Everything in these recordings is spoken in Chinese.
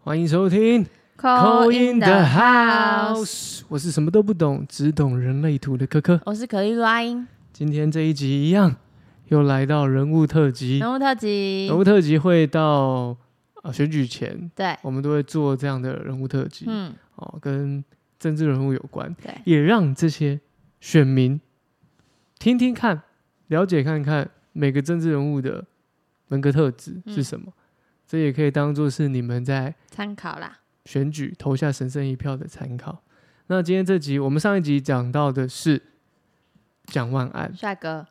欢迎收听 Call in the house， House，我是什么都不懂，只懂人类图的科科。我是可丽露阿英，今天这一集一样，又来到人物特辑。人物特辑人，物特辑会到呃选举前，对，我们都会做这样的人物特辑、嗯，哦，跟政治人物有关，对，也让这些选民听听看，了解看看每个政治人物的人格特质是嗯什么。这也可以当做是你们在参考啦，，选举投下神圣一票的参考。那今天这集，我们上一集讲到的是蒋万安帅哥，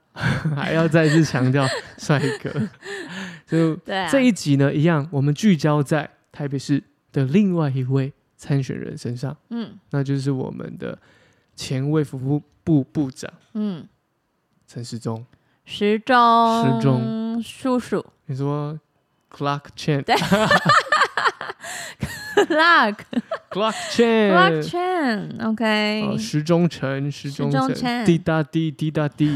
还要再次强调帅哥。就对啊，这一集呢，一样，我们聚焦在台北市的另外一位参选人身上，嗯那就是我们的前卫服务部部长嗯，陈时中。时钟，时钟叔叔你说 Clock Chan 对，Clark Clock Clark Chan。 Chen，OK，哦，时钟城，时钟时钟城，城滴答滴，滴答滴，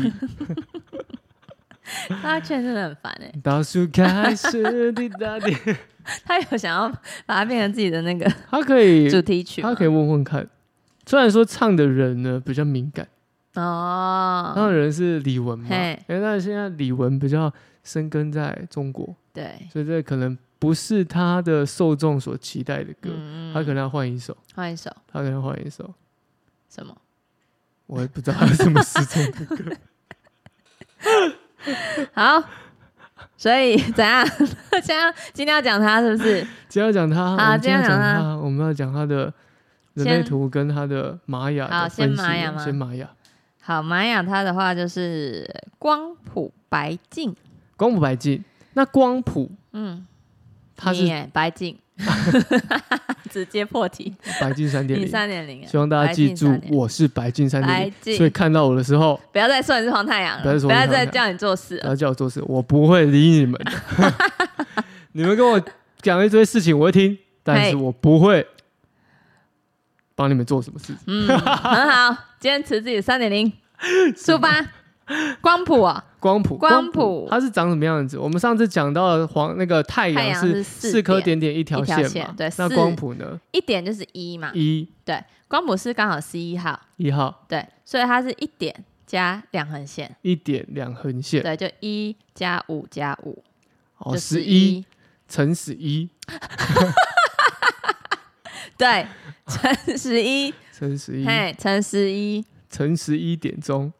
Clark Chen 真的很烦哎，倒数开始，滴答 滴。他有想要把它变成自己的那个他可以， 主题曲吗，他可以问问看。虽然说唱的人呢比较敏感，唱哦，的人是李玟嘛，哎嘿，但是现在李玟比较生根在中国，对，所以这可能不是他的受众所期待的歌，嗯他可能要换一首，换一首他可能要换一 首，什么？我也不知道他是什么时 钟。好，所以怎样？ 现在今天要讲他是不是？今天要讲他，我们今今天天要讲讲他他，我们要讲他的人类先图跟他的玛雅的好分先析，玛雅吗先玛雅。好，玛雅它的话就是光谱白净，光谱白净，那光谱嗯，它你是耶白净， 直接破题，白净三点你零，三点零，啊希望大家白记净住， 3.0我是白净三点白零，所以净，看到我的时 候，不要再说你是黄太阳呃不要再了，说我是不要再黄太叫你做事不了，要叫我做事，我不会理你们的。 你们跟我讲一堆事情，我会听，但是嘿我不会帮你们做什么事情。嗯，很好，坚持自己三点 零，出发，光谱哦，光谱，光谱它是长什么样子？我们上次讲到的黄那个太太阳阳是是四四颗点点点一条一条线嘛线对？那四光谱呢？一点就是一嘛，一光谱是刚好十一号，一号对，所以它是一点加两横线，一点两横线，对，就一加五加五，哦，就十一一，乘十一对，乘十一，乘十一嘿，乘十一。乘十一点钟，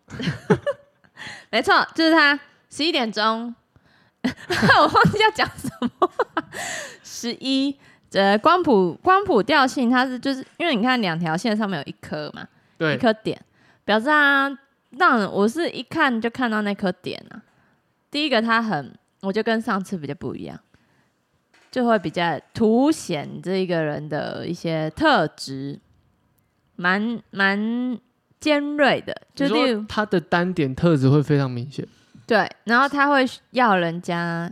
没错，就是他十一点钟， 我忘记要讲什么。十一，呃，光谱光谱调性，它是就是因为你看两条线上面有一颗嘛，一对，颗点，表示它让人我是一看就看到那颗点啊。第一个它很，我就跟上次比较不一样，就会比较凸显这一个人的一些特质，蛮蛮尖锐的，就你例如说它的单点特质会非常明显，对，然后他会要人家，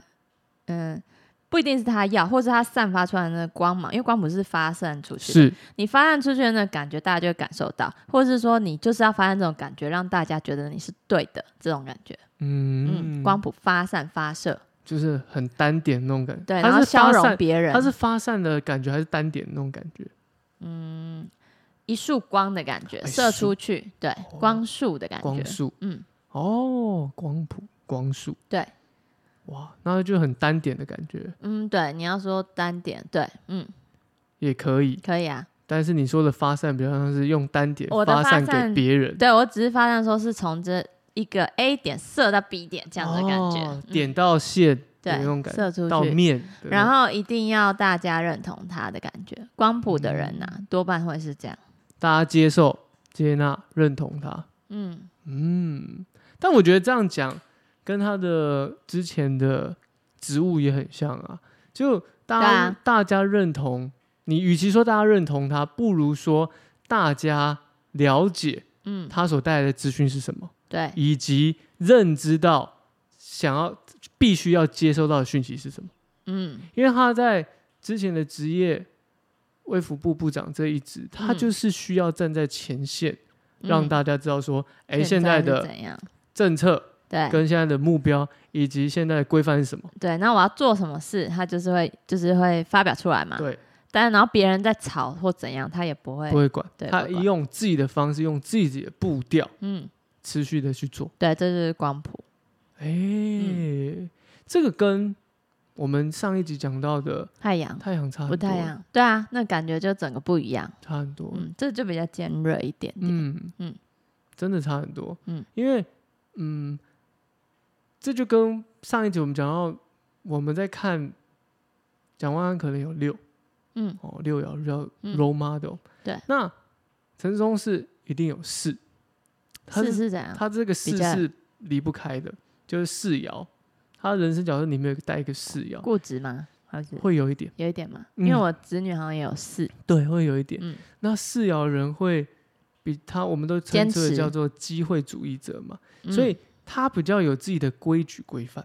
嗯，不一定是他要，或是他散发出来的那个光芒，因为光谱是发散出去的，是你发散出去的那个感觉，大家就会感受到，或是说你就是要发散这种感觉，让大家觉得你是对的这种感觉，嗯嗯，光谱发散发射，就是很单点那种感觉。对，然它后是消发融散，别人，它是发散的感觉还是单点那种感觉？一束光的感觉，哎射束出去，对，光束的感觉，光束嗯，哦，光谱光束，对，哇，那就很单点的感觉嗯，对，你要说单点，对，嗯，也可以，可以啊，但是你说的发散比较像是用单点我的发散给散别人对我只是发现说是从这一个 A 点射到 B 点这样的感觉，哦嗯点到线的那种对感觉，射出到去，面的那种，然后一定要大家认同他的感觉。光谱的人呐、啊嗯多半会是这样，大家接受、接纳、认同它。嗯，嗯，但我觉得这样讲跟他的之前的职务也很像啊，就大家、对啊大家认同你，与其说大家认同他，不如说大家了解，嗯他所带来的资讯是什么，对，以及认知到想要必须要接收到的讯息是什么。嗯，因为他在之前的职业卫福部部长这一职，他嗯就是需要站在前线，嗯让大家知道说，哎、现在在是的怎样？政策对跟现在的目标以及现在的规范是什么？对，那我要做什么事，他就是会就是会发表出来嘛。对，但然后别人在吵或怎样，他也不会不，会管，啊对他不管用自己的方式，用自己的步调，嗯，持续的去做。对，这就是光谱，哎、嗯这个跟我们上一集讲到的太阳太阳差很不多太，阳，对啊，那感觉就整个不一样，差很多。嗯，这就比较尖锐一点点，嗯嗯真的差很多。嗯，因为嗯，这就跟上一集我们讲到，我们在看蒋万安可能有六嗯哦，六爻叫嗯 role model。对，那陈松是一定有四，他是是是怎样？他这个四比较是离不开的，就是四爻，他人生角色里面有带一个四爻，固执吗？还是会有一点，有一点嘛？嗯因为我子女好像也有四，对，会有一点。嗯那四爻人会比他，我们都称坚之为持叫做机会主义者嘛。嗯所以他比较有自己的规矩规范。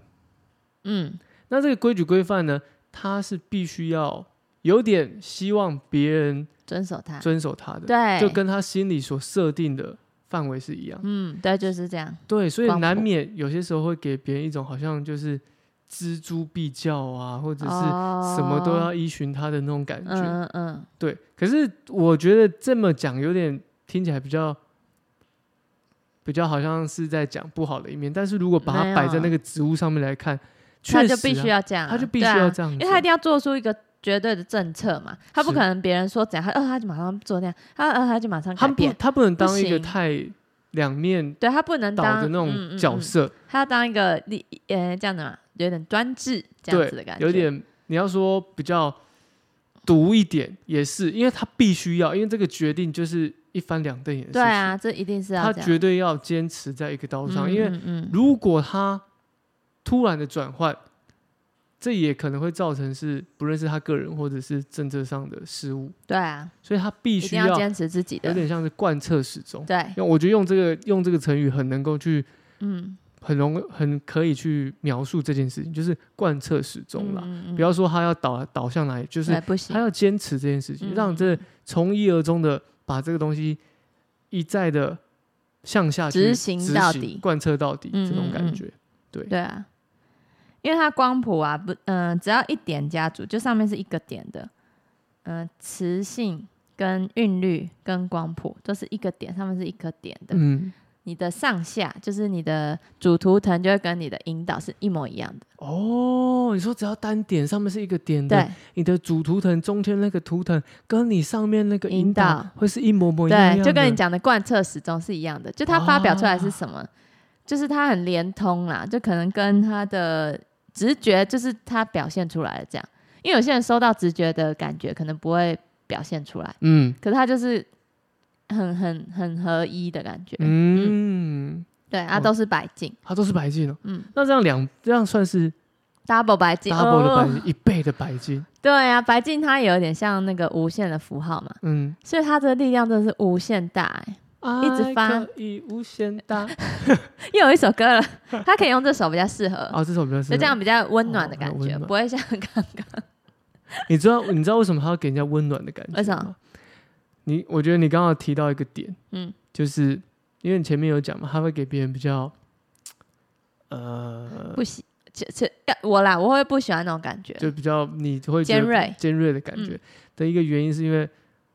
嗯那这个规矩规范呢，他是必须要有点希望别人遵守他，遵守他的，对，就跟他心里所设定的范围是一样。嗯对，就是这样，对，所以光谱难免有些时候会给别人一种好像就是锱铢必较啊，或者是什什么都要依循他的那种感觉。哦嗯嗯嗯，对，可是我觉得这么讲有点听起来比较。比较好像是在讲不好的一面，但是如果把没它有摆在那个植物上面来看，确他实、啊、就必须要这样啊，他就必须对啊要这样因子，为他一定要做出一个绝对的政策嘛，他不是可能别人说怎样，他呃他就马上做那样，他呃他就马上他改不变，他不能当一个不行太两面对他不能倒当的那嗯嗯种嗯角色，他要当一个立呃这样的嘛，有点专制这样子的对感，觉，有点你要说比较毒一点也是，因为他必须要，因为这个决定就是一翻两瞪眼的事对情，啊，这一定是要他这样绝对要坚持在一个刀上，嗯因为嗯嗯嗯如果他突然的转换。这也可能会造成是不论是他个人或者是政策上的失误，对啊，所以他必一须定要要坚持自己有的，点像是贯彻始终。对，用我觉得用这个用这个成语很能够去嗯，很容很可以去描述这件事情，就是贯彻始终啦。嗯，不要说他要导导向哪里，就就是不他行，要坚持这件事情，嗯让这从一而终的把这个东西一再的向下去执行到底贯彻到底嗯这种嗯感嗯觉。对啊，因为它光谱啊，不，嗯、只要一点家族，就上面是一个点的，嗯、磁性跟韵律跟光谱都是一个点，上面是一颗点的，嗯，你的上下就是你的主图腾就会跟你的引导是一模一样的，哦，你说只要单点上面是一个点的，对你的主图腾中间那个图腾跟你上面那个引引导导会是一模模一样对，的，哦就跟你讲的贯彻始终是一样的，就它发表出来是什么，就是它很连通啦，就可能跟他的直觉就是他表现出来的这样，因为有些人收到直觉的感觉可能不会表现出来。嗯可是它就是很很很合一的感觉，嗯，对，它哦都是白净，它都是白净哦。嗯那这样两这样算是，double 白净 double 的白哦金，一倍的白金。对啊，白净它有点像那个无限的符号嘛，嗯，所以它的力量真的是无限大、欸。 一直爱发可以无限大。又有一首歌了，它可以用这首比较适合，哦，这首比较适就合这样。比较温暖的哦感温觉，暖不会像刚刚你知道你知道为什么他要给人家温暖的感觉？为什么？你我觉得你刚刚提到一个点，嗯就是因为你前面有讲嘛，他会给别人比较，呃，不喜，这这要我啦，我会不喜欢那种感觉，就比较你会觉尖得锐嗯尖锐的感觉的一个原因，是因为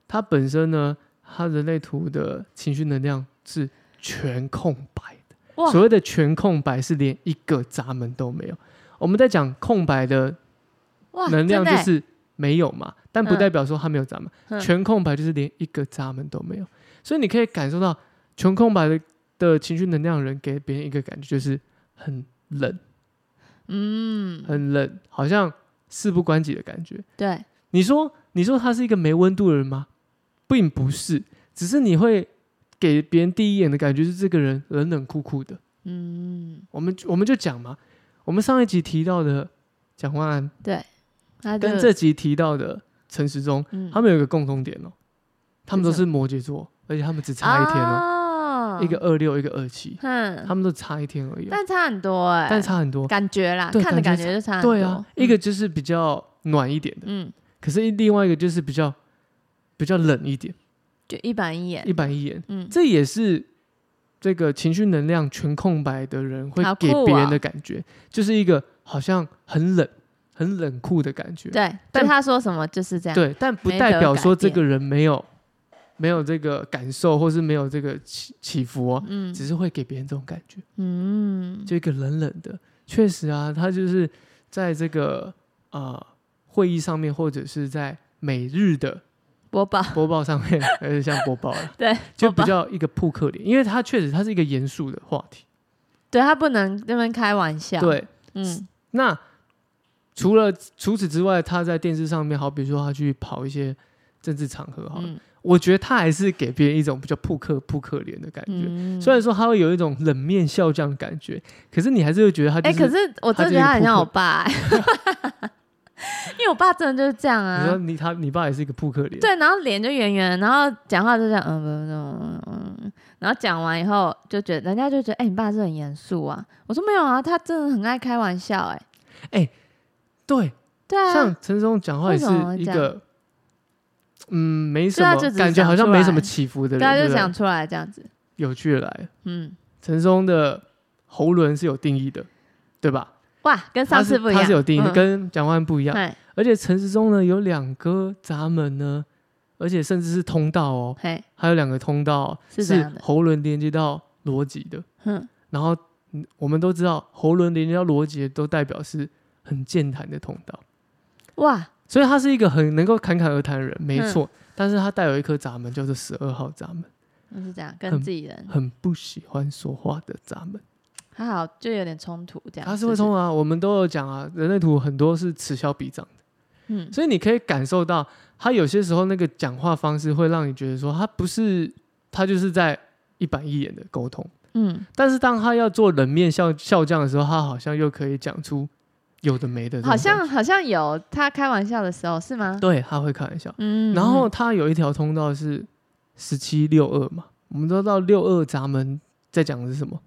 他本身呢，他人类图的情绪能量是全空白。哇，所谓的全空白是连一个闸门都没有。我们在讲空白的哇，能量真就的欸是没有嘛，但不嗯代表说它没有闸门。嗯全空白就是连一个闸门都没有，所以你可以感受到全空白的的情绪能量人给别人一个感觉就是很冷，嗯，很冷，好像事不关己的感觉。对，你说，你说他是一个没温度的人吗？并不是，只是你会给别人第一眼的感觉是这个人冷冷酷酷的。嗯，我们我们就讲嘛，我们上一集提到的蒋万安它就跟这集提到的陈时中，嗯他们有一个共同点哦，他们都是是摩羯座，而且他们只差一天哦，哦一个二六，一个二七，嗯他们都差一天而已哦、但差很多哎、但差很多。感觉啦，对看的感感觉觉就差很多。嗯对啊，一个就是比较暖一点的，嗯，嗯可是另外一个就是比较比较冷一点，就一板一眼一，板一眼，嗯，这也是。这个情绪能量全空白的人会好给酷别哦人的感觉，就是一个好像很冷、很冷酷的感觉。对，但对他说什么就是这样。对，但不没代得表说改这变个人没有没有这个感受，或是没有这个起起伏哦，嗯只是会给别人这种感觉，嗯，就一个冷冷的。确实啊，他就是在这个呃会议上面，或者是在每日的播报播报上 面，有点像播报了，对，就播比报较一个扑克脸，因为他确实他是一个严肃的话题。对他不能那边开玩笑。，对，嗯那除了除此之外，他在电视上面，好比说他去跑一些政治场合，好了，嗯我觉得他还是给别人一种比较扑克扑克脸的感觉。嗯虽然说他会有一种冷面笑匠的感觉，可是你还是会觉得他就哎、是。可是我真的觉得他很像我爸、欸， 因为我爸真的就是这样你说啊。你他你爸也是一个扑克脸，对，然后脸就圆圆，然后讲话就这样，嗯嗯嗯嗯嗯，然后讲完以后就觉得人家就觉得，哎、你爸是很严肃啊。我说没有啊，他真的很爱开玩笑、哎，对，对啊，像陈松讲话也为是什么会一这个，嗯，没什对啊么就只是感觉，讲好像出没来什么起伏的人，对啊，对就不对想出来这样子，有趣的来了。嗯，陈松的喉轮是有定义的，对吧？哇，跟上次不一他是样，他是有定义的，嗯跟蒋万不一样。嘿而且城市中呢有两个闸门呢，而且甚至是通道哦，嘿，还有两个通道哦是怎是样的喉轮连接到逻辑的。嗯，然后嗯我们都知道，喉轮连接到逻辑的都代表是很健谈的通道，哇，所以他是一个很能够侃侃而谈的人，没嗯错。但是他带有一颗闸门，叫做十二号闸门，就是这样，跟很自己人，很不喜欢说话的闸门。还好就有点冲突这样，他是不会冲啊，我们都有讲啊，人类图很多是此消彼长。嗯，所以你可以感受到，他有些时候那个讲话方式会让你觉得说，他不是他就是在一板一眼的沟通，嗯，但是当他要做冷面笑笑匠的时候，他好像又可以讲出有的没的这种好感觉，像好像有他开玩笑的时候是吗？对他会开玩笑。嗯，然后嗯他有一条通道是十七六二嘛，我们都知道六二闸门在讲的是什么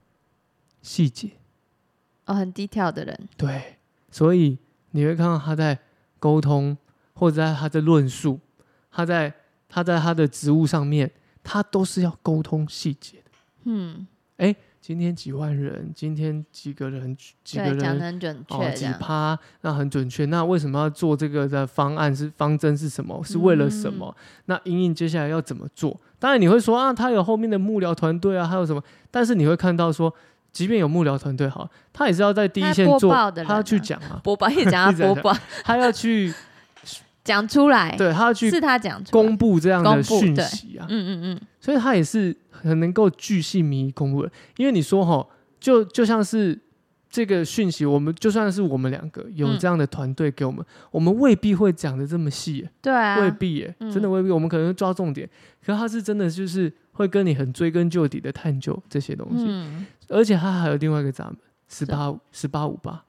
细节，哦，很低调的人，对，所以你会看到他在沟通，或者在他在论述，他在他在他的职务上面，他都是要沟通细节的。嗯，今天几万人，今天几个人，几个对，讲的人，很准哦，确，这几样，趴，那很准确。那为什么要做这个的方案是方针是什么？是嗯为了什么？那莹莹接下来要怎么做？当然你会说啊，他有后面的幕僚团队啊，还有什么？但是你会看到说，即便有幕僚团队好，他也是要在第一他线播做，报的他要人去啊讲啊。播报一直 讲一直他播报，他要去，讲出来，对他要去哎是他讲出来，公布这样的公布讯对息啊，嗯嗯嗯，所以他也是很能够巨细靡遗公布的。因为你说哈，就就像是这个讯息，我们就算是我们两个有嗯这样的团队给我们，我们未必会讲的这么细耶、对啊，未必耶、嗯真的未必，我们可能会抓重点。可他是真的就是会跟你很追根究底的探究这些东西，嗯，而且他还有另外一个闸门，十八十八五八，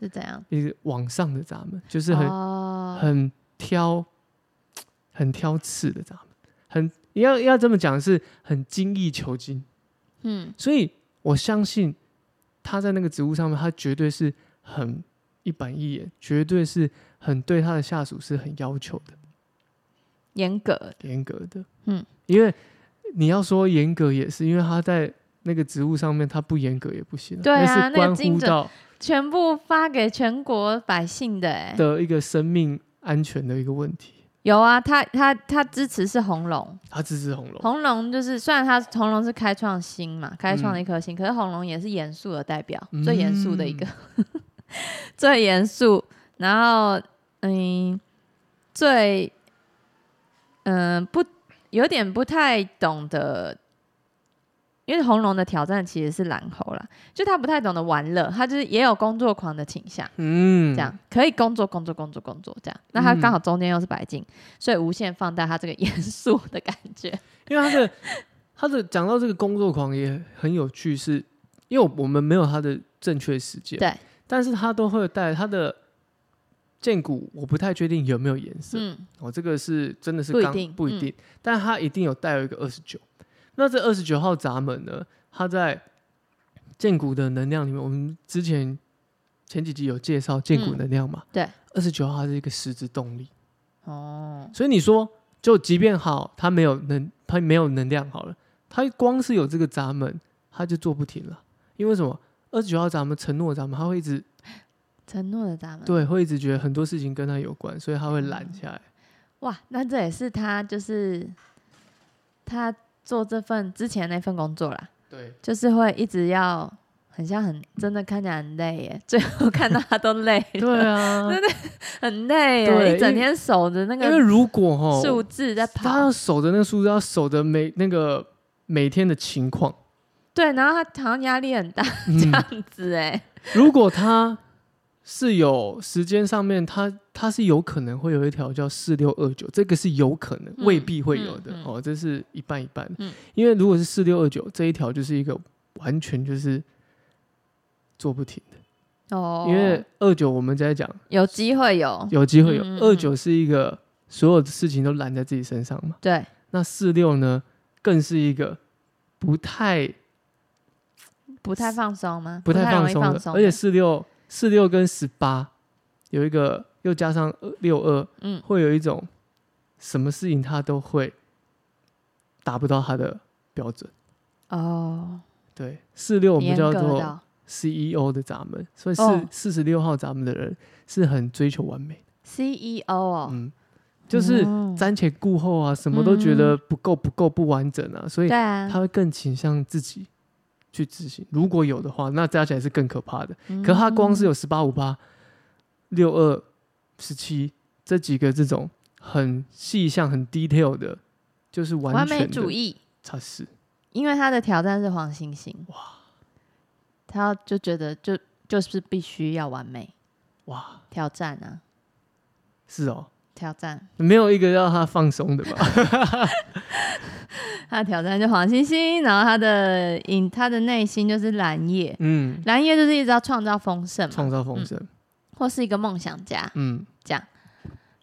是这样，一个往上的闸门，就是很哦，很挑、很挑刺的闸门，很要要这么讲是很精益求精，嗯所以我相信他在那个职务上面，他绝对是很一板一眼，绝对是很对他的下属是很要求的、严格，严格的。嗯，因为你要说严格也是，因为他在那个职务上面他不严格也不行、对啊那是那个关精乎准到全部发给全国百姓的，哎，的一个生命安全的一个问题。有啊，他他他支持是红龙。他支持红龙，红龙就是，虽然它红龙是开创星嘛，开创嗯的一颗星，可是红龙也是严肃的代表，嗯最严肃的一个， 最严肃，然后嗯，最嗯、不有点不太懂得，因为红龙的挑战其实是蓝猴啦，就他不太懂得玩乐，他就是也有工作狂的倾向。嗯，这样可以工作工作工作工作这样，那他嗯刚好中间又是白金，所以无限放大他这个严肃的感觉。因为他的他的讲到这个工作狂也很有趣是，因为我们没有他的正确时间，对，但是他都会带他的剑骨，我不太确定有没有颜色，嗯，哦，这个是真的是不一刚定嗯不一定，但他一定有带有一个二十九。那这二十九号闸门呢，它在剑骨的能量里面，我们之前前几集有介绍剑骨嗯能量嘛，对，二十九号它是一个实质动力，哦，所以你说，就即便好，他没有能，他没有能量好了，他光是有这个闸嗯门，他就做不停了。因为什么？二十九号闸门、承诺闸门，他会一直承诺的闸门。对，会一直觉得很多事情跟他有关，所以他会懒下来。哇，那这也是他就是他做这份之前那份工作啦，对，就是会一直要很像很真的看起来很累耶，最后看到他都累了，对啊， 很累对耶，一整因为天守着那因为个如果哈，数字在他要跑，守着那个数字，要守着每那个每天的情 况。对，然后他好像压力很大这嗯，样子哎，如果他是有时间上面，他他是有可能会有一条叫四六二九，这个是有可能，嗯未必会有的、嗯嗯哦，这是一半一半的。嗯因为如果是四六二九这一条，就是一个完全就是做不停的，哦，因为二九我们在讲有机会有，有机会有，嗯嗯嗯二九是一个所有的事情都揽在自己身上嘛。对，那四六呢，更是一个不太不太放松吗？不太容放易松放的，松，而且四六四六跟十八有一个又加上六二，嗯，会有一种什么事情他都会达不到他的标准。哦，对，四六我们严叫格做到 CEO 的闸门，所以哦四四十六号闸门的人是很追求完美， CEO 哦，嗯，就是哦瞻前顾后啊，什么都觉得不够、不够、不完整啊，所以对啊，他会更倾向自己去执行。如果有的话，那加起来是更可怕的。嗯可他光是有十八五八、六二、十七这几个这种很细项、很 detail 的，就是完完全美主义义，测试。因为他的挑战是黄星星，哇，他就觉得就就是必须要完美哇，挑战啊，是哦，挑战没有一个让他放松的 吧？他的挑战就黄星星，然后他的隐他的内心就是蓝叶，嗯，蓝叶就是一直要创造丰盛嘛，创造丰盛，或是一个梦想家嗯，这样。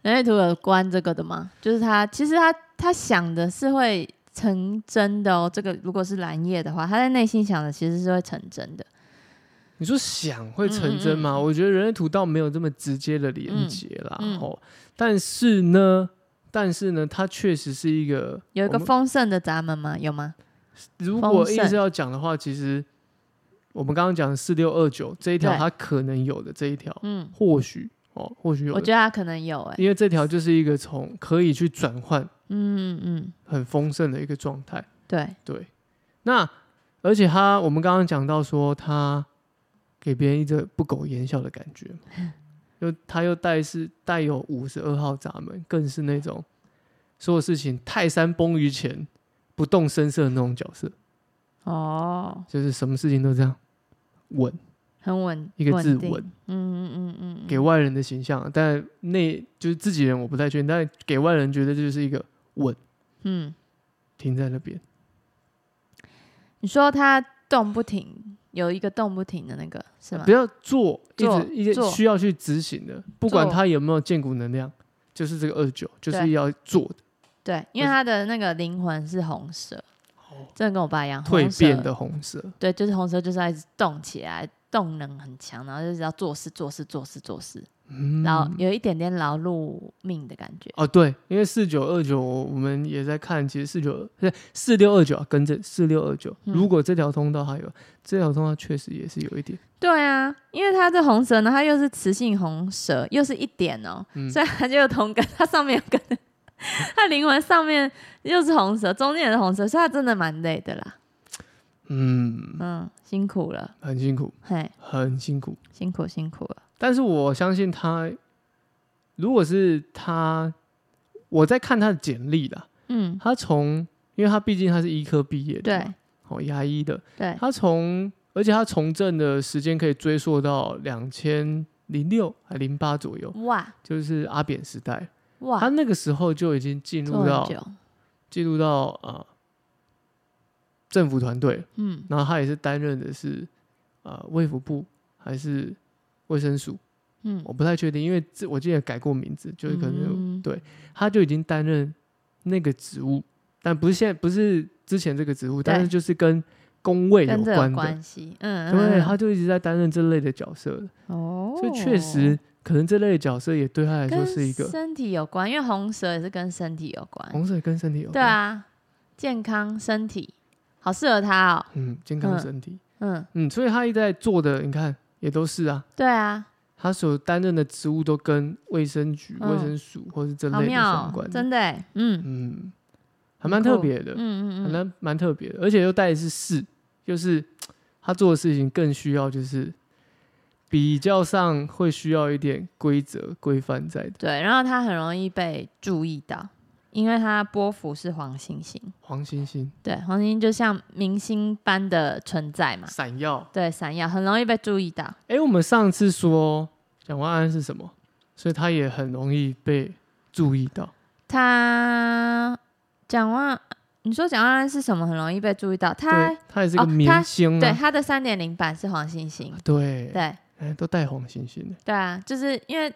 人类图有关这个的吗？就是他其实他他想的是会成真的哦，这个如果是蓝叶的话，他在内心想的其实是会成真的。你说想会成真嗯吗？我觉得人类图倒没有这么直接的连接啦。嗯嗯哦，但是呢，但是呢，它确实是一个有一我个们丰盛的闸门吗？有吗？如丰果硬盛是要讲的话，其实我们刚刚讲四六二九这一条，对它可能有的这一条，嗯，或许哦，或许有我的，觉得他可能有哎、因为这条就是一个从可以去转换嗯嗯，很丰盛的一个状态。对，对，那而且它我们刚刚讲到说，它给别人一个不苟言笑的感 觉嘛，又它又带是带有五十二号闸门，更是那种所有事情泰山崩于前不动声色的那种角色。哦，就是什么事情都这样稳，很稳，一个字定稳，嗯嗯嗯嗯，给外人的形象，但内就是自己人我不太确定，但给外人觉得就是一个稳，嗯，停在那边。你说他动不停，有一个动不停的那个是吗呃不？要做一做直一些做需要去执行的，不管做他有没有建股能量，就是这个二九，就是对要做的对，因为他的那个灵魂是红蛇，真的跟我爸一样，红蜕蛇变的红色。对，就是红蛇就是要一直动起来，动能很强，然后就是要做事做事做事做事，嗯，然后有一点点劳碌命的感觉。哦对，因为四九二九我们也在看，其实四九四六二九跟着四六二九，嗯如果这条通道还有这条通道确实也是有一点，对啊，因为它这红蛇呢，它又是雌性红蛇，又是一点哦、嗯所以它就有同根，它上面有根，它灵魂上面又是红蛇，中间也是红蛇，所以它真的蛮累的啦，嗯，嗯，辛苦了，很辛苦，嘿，很辛苦。辛苦辛苦了，但是我相信他，如果是他，我在看他的简历啦，嗯，他从，因为他毕竟他是医科毕业的对嘛，哦，牙医的，对，他从，而且他从政的时间可以追溯到两千零六还零八左右，哇就是阿扁时代，他哇，那个时候就已经进做入很到久，进入到啊、呃政府团队，嗯，然后他也是担任的是啊、呃卫福部还是卫生署。嗯我不太确定，因为这我记得改过名字，就是可能嗯对他就已经担任那个职务，但不是现在不是之前这个职务，但是就是跟工位有跟这有关的，关系，嗯，对，嗯他就一直在担任这类的角色，哦，所以确实可能这类的角色也对他来说跟是一个身体有关，因为红蛇也是跟身体有关，红色跟身体有对关，，啊，健康身体，好适合他哦、嗯，健康身体，嗯，嗯，所以他一直在做的，你看也都是啊，对啊，他所担任的职务都跟卫生局、卫、嗯生署或是这好类的相妙关，真的欸，嗯嗯，还蛮特别的，嗯还嗯嗯，蛮蛮特别的，而且又带的是事，就是他做的事情更需要就是比较上会需要一点规则规范在的。对，然后他很容易被注意到，因为他波幅是黄星星，黄星星对，黄星星就像明星般的存在嘛，闪耀，对，闪耀很容易被注意到，哎、我们上次说蒋万安是什么，所以他也很容易被注意到。他蒋万，你说蒋万安是什么？很容易被注意到，他对，嗯啊他也是个哦明他星对啊，他的三点零版是黄星星，对，对哎、都带黄星星的对啊，就是因为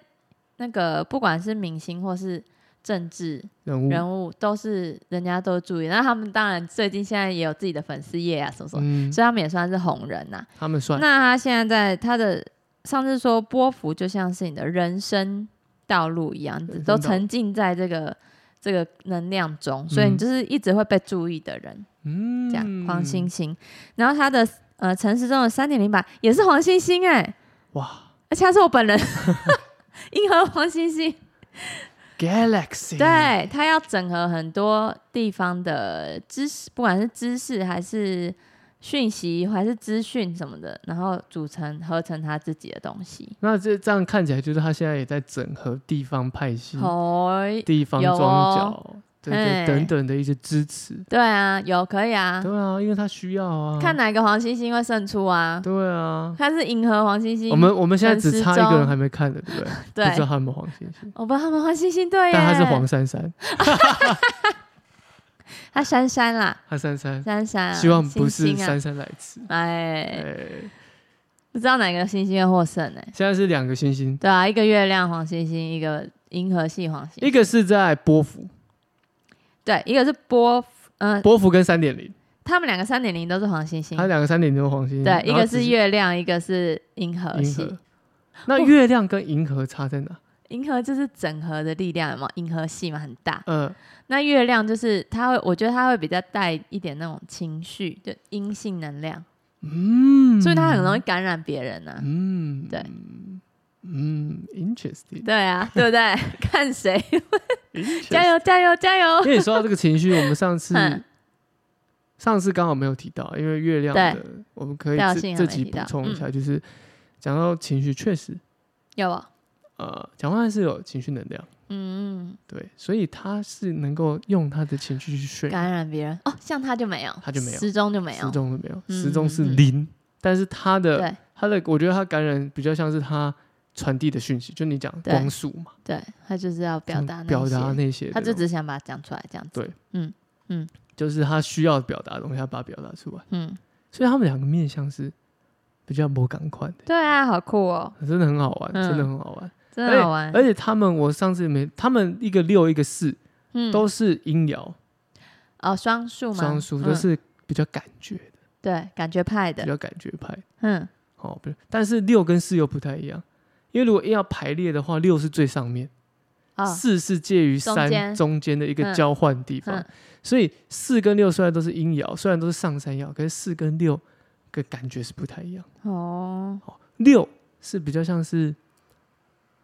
那个不管是明星或是政治人物，人物，都是人家都注意，那他们当然最近现在也有自己的粉丝页啊什么什么，嗯，所以他们也算是红人呐、他们算那他现在在他的上次说波幅就像是你的人生道路一样，人生都道路沉浸在这个这个能量中，所以你嗯就是一直会被注意的人。嗯，这样黄星星，然后他的呃城市中的三点零版也是黄星星哎、哇而且他是 我本人，银河黄星星， ，Galaxy，对他要整合很多地方的知识，不管是知识还是讯息还是资讯什么的，然后组成合成他自己的东西。那这这样看起来，就是他现在也在整合地方派系、哦，地方有庄脚，哦对对嘿等等的一些支持。对啊，有可以啊，对啊，因为他需要啊。看哪个黄星星会胜出啊？对啊，他是银河黄星星，我们我们现在陈只时差一个人中还没看的，对不对？ 对不知道他们黄星星，我不知道他们黄星星对耶，啊但他是黄，珊 珊，他珊珊啦，他珊珊，珊珊啊，希望不是星星啊姗姗来迟。哎，哎，不知道哪个星星会获胜哎、现在是两个星星，对啊，一个月亮黄星星，一个银河系黄星一个是在波幅，对，一个是波，嗯、波幅跟三点零，他们两个三点零都是黄星星它，两个三点零黄星星，对，一然后个只是月亮，一个是银河银系。河。那月亮跟银河差在哪？银河就是整合的力量嘛，银河系嘛很大。呃，那月亮就是它会，我觉得它会比较带一点那种情绪，就阴性能量，嗯，所以它很容易感染别人啊。嗯，对，嗯，interesting， 对啊，对不对？看谁，加油！油加油加油！因为你说到这个情绪，我们上次嗯 上次刚好没有提到，因为月亮的，我们可以调自性还自啊没己提补到嗯充一下，就是讲到情绪，确实，有啊，呃，蒋万安是有情绪能量，嗯，对，所以他是能够用他的情绪去渲染，感染别人哦，像他就没有，他就没有时钟就没有，时钟是没有，嗯时钟是嗯嗯零，但是他的对他的，我觉得他感染比较像是他传递的讯息，就你讲对光速嘛，对，他就是要表达那表达些那些的东西，他就只想把它讲出来这样子。对，嗯就是他需要表达的东西，他把它表达出来。嗯，所以他们两个面向是比较不赶快的，对啊，好酷哦，真的很好玩，嗯哎真的很好玩，真的好玩。而且他们，我上次没，他们一个六一个四嗯，哎都是阴爻哦双数吗？双数，嗯都是比较感觉的，对感觉派比的，较感觉派。嗯，哦，不是，但是六跟四又不太一样，因为如果硬要排列的话，六是最上面，哦四是介于中三间中间的一个嗯交换地方嗯，所以四跟六虽然都是阴爻，虽然都是上山爻，可是四跟六的感觉是不太一样。哦，六是比较像是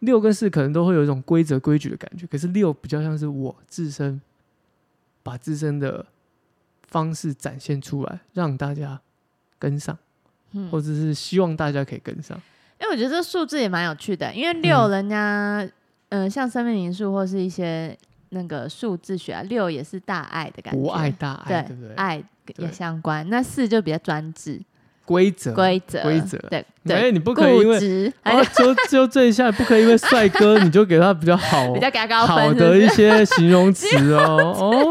六跟四可能都会有一种规则规矩的感觉，可是六比较像是我自身把自身的方式展现出来，让大家跟上，嗯或者是希望大家可以跟上。因为我觉得这数字也蛮有趣的，因为六嗯人家，嗯、像生命灵数或是一些那个数字学啊，六也是大爱的感觉，博爱大爱，对啊对不对？爱也对相关。那四就比较专制，规则，规则规则对哎、对，你不固可以因为执，哎还哦，纠纠正一下，不可以因为帅哥你就给他比较好 比较给他高好分，是不的是一些形容词 哦，哦，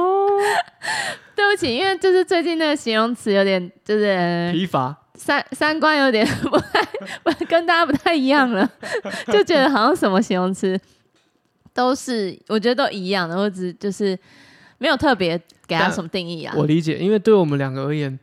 对不起，因为就是最近那个形容词有点就是疲乏，三三观有点 不太不跟大家不太一样了， 就觉得好像什么形容词都是我觉得都一样的，我只就是没有特别给它但什么定义啊。我理解，因为对我们两个而言，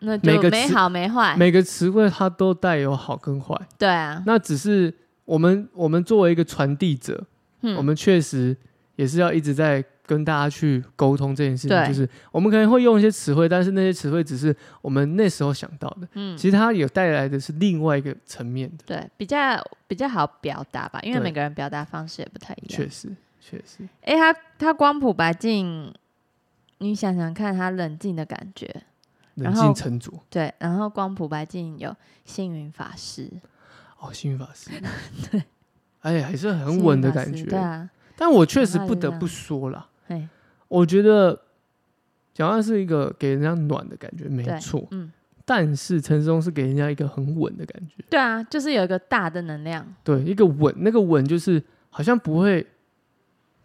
那每就个没词好没坏，每个词汇它都带有好跟坏，对啊，那只是我们我们作为一个传递者，嗯我们确实也是要一直在跟大家去沟通这件事情，对就是我们可能会用一些词汇，但是那些词汇只是我们那时候想到的，嗯，其实它有带来的是另外一个层面的。对，比较比较好表达吧，因为对每个人表达方式也不太一样确。实，确实，哎、他他光谱白净，你想想看，他冷静的感觉，冷然静后沉着对。然后光谱白净有星云法师，哦，幸运法 师，对，哎，还是星很云稳的法感师觉。对啊，但我确实很好不就得这样不说啦，嘿，我觉得蒋万安是一个给人家暖的感觉，没对错。嗯，但是陈松是给人家一个很稳的感觉，对啊，就是有一个大的能量，对，一个稳，那个稳就是好像不会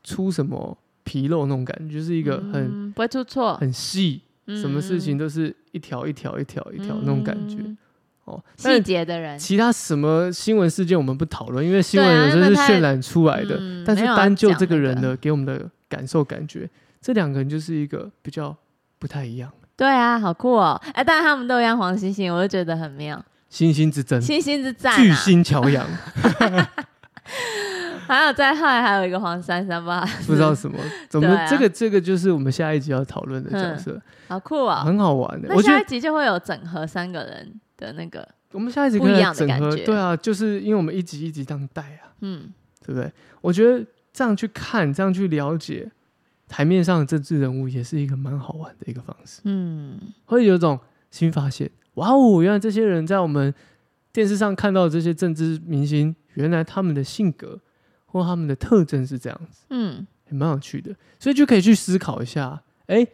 出什么纰漏那种感觉，就是一个很、嗯、不会出错，很细，嗯什么事情嗯都是一条一条一条一条那种感觉嗯哦。但细是节的人其他什么新闻事件我们不讨论，因为新闻对啊有时候是因为它渲染出来的。嗯但是没有要单就讲这个那人的给我们的感受感觉，这两个人就是一个比较不太一样，对啊，好酷哦！哎、但他们都一样黄星星，我就觉得很妙，星星之争，星星之战、巨啊。星乔 洋，还有再后来还有一个黄珊珊吧，不知道什么，怎么、对啊嗯这个这个就是我们下一集要讨论的角色，好酷哦！很好玩的。那我觉下一得集就会有整合三个人的那个，我们下一集不可以一来样的整感合，觉对啊，就是因为我们一集一集这样带啊，嗯，对不对？我觉得这样去看，这样去了解台面上的政治人物，也是一个蛮好玩的一个方式。嗯，会有一种新发现，哇哦，原来这些人在我们电视上看到的这些政治明星，原来他们的性格或他们的特征是这样子，嗯，也蛮有趣的，所以就可以去思考一下，哎，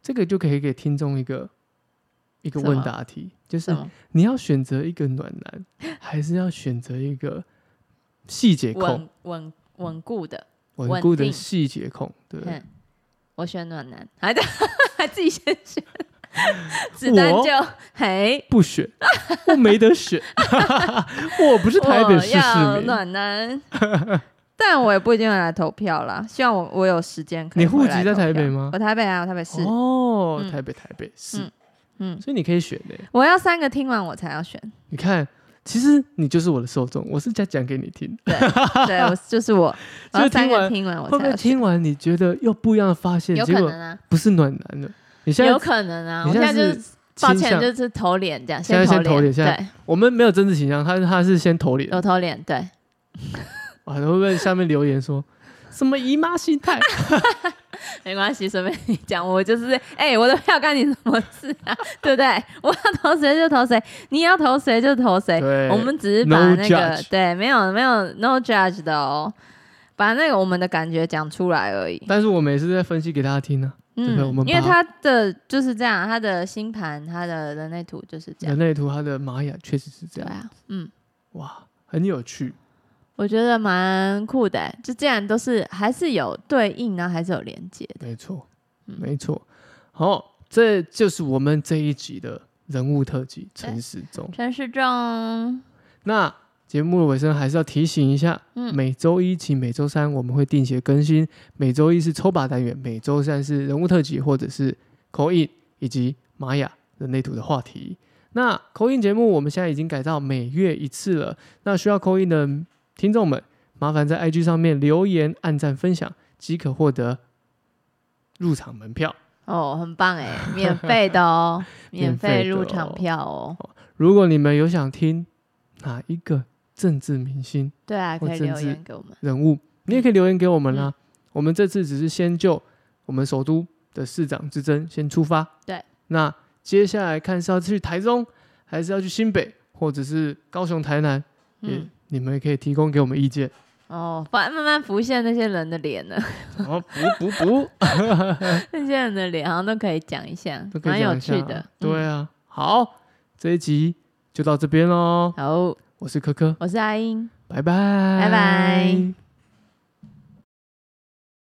这个就可以给听众一个一个什么问答题，就是什么你要选择一个暖 男，还是要选择一个细节控、稳稳稳固的，稳固的定细节控，对不对嗯，我选暖男，还的 还自己先选， 子弹我就嘿，不 选，我没得选，我不是台北市我市要民。暖男，但我也不一定会来投票啦，希望我我有时间可以。你户籍在台北？吗我？台北啊，我台北市，哦，嗯台北台北是，嗯，所以你可以选的。我要三个听完我才 要选，你看，其实你就是我的受众，我是在讲给你听。对，我就 是我，我要所以三听个完听完我会不才会要选，听完你觉得又不一样的发现？有结可果能啊，不是暖男了。你现有在可能啊，你我现现在在就是抱倾歉，向就是投脸这样，现在先投投脸现在对，我们没有政治倾向，他他是先投脸，有投脸，对，啊，会不会下面留言说什么姨妈心 态？没关系，随便你讲，我就是哎、我的票干你什么事啊？ 对不对？我要投谁就投谁，你要投谁就投谁，对，我们只是把 No 那个 judge 对，没有没有 no judge 的哦，把那个我们的感觉讲出来而已。但是我每次在分析给大家听呢、啊对我嗯，们因为把他的就是这样，他的星盘，他的人类图就是这样人。类图它的玛雅确实是这对样，啊，嗯，哇，很有趣。我觉得蛮酷的欸，就既然都是还是有对应啊，还是有连接的。没错，嗯没错。好，这就是我们这一集的人物特辑陈时中。陈世忠，那节目的尾声还是要提醒一下，嗯每周一及每周三我们会定期更新，每周一是抽把单元，每周三是人物特辑或者是口音以及玛雅人类图的话题。那口音节目我们现在已经改到每月一次了，那需要口音的听众们，麻烦在 IG 上面留言、按赞、分享，即可获得入场门票。哦，很 棒哎，免费的哦，免免费费的入哦场票哦。如果你们有想听哪一个政治明星对啊，或可以政留治言给我们。人物，你也可以留言给我们嗯啦、我们这次只是先就我们首都的市长之争先出发，对。那接下来看是要去台中，还是要去新北，或者是高雄、台南，也嗯，你们也可以提供给我们意 见。哦，反慢慢浮现那些人的脸呢，哦，不不不， 那些人的脸好像都可以讲一下都，可蛮以讲有一下趣的。对嗯，啊，好，这一集就到这边喽。好，我是科科，我是阿英。拜拜，拜拜。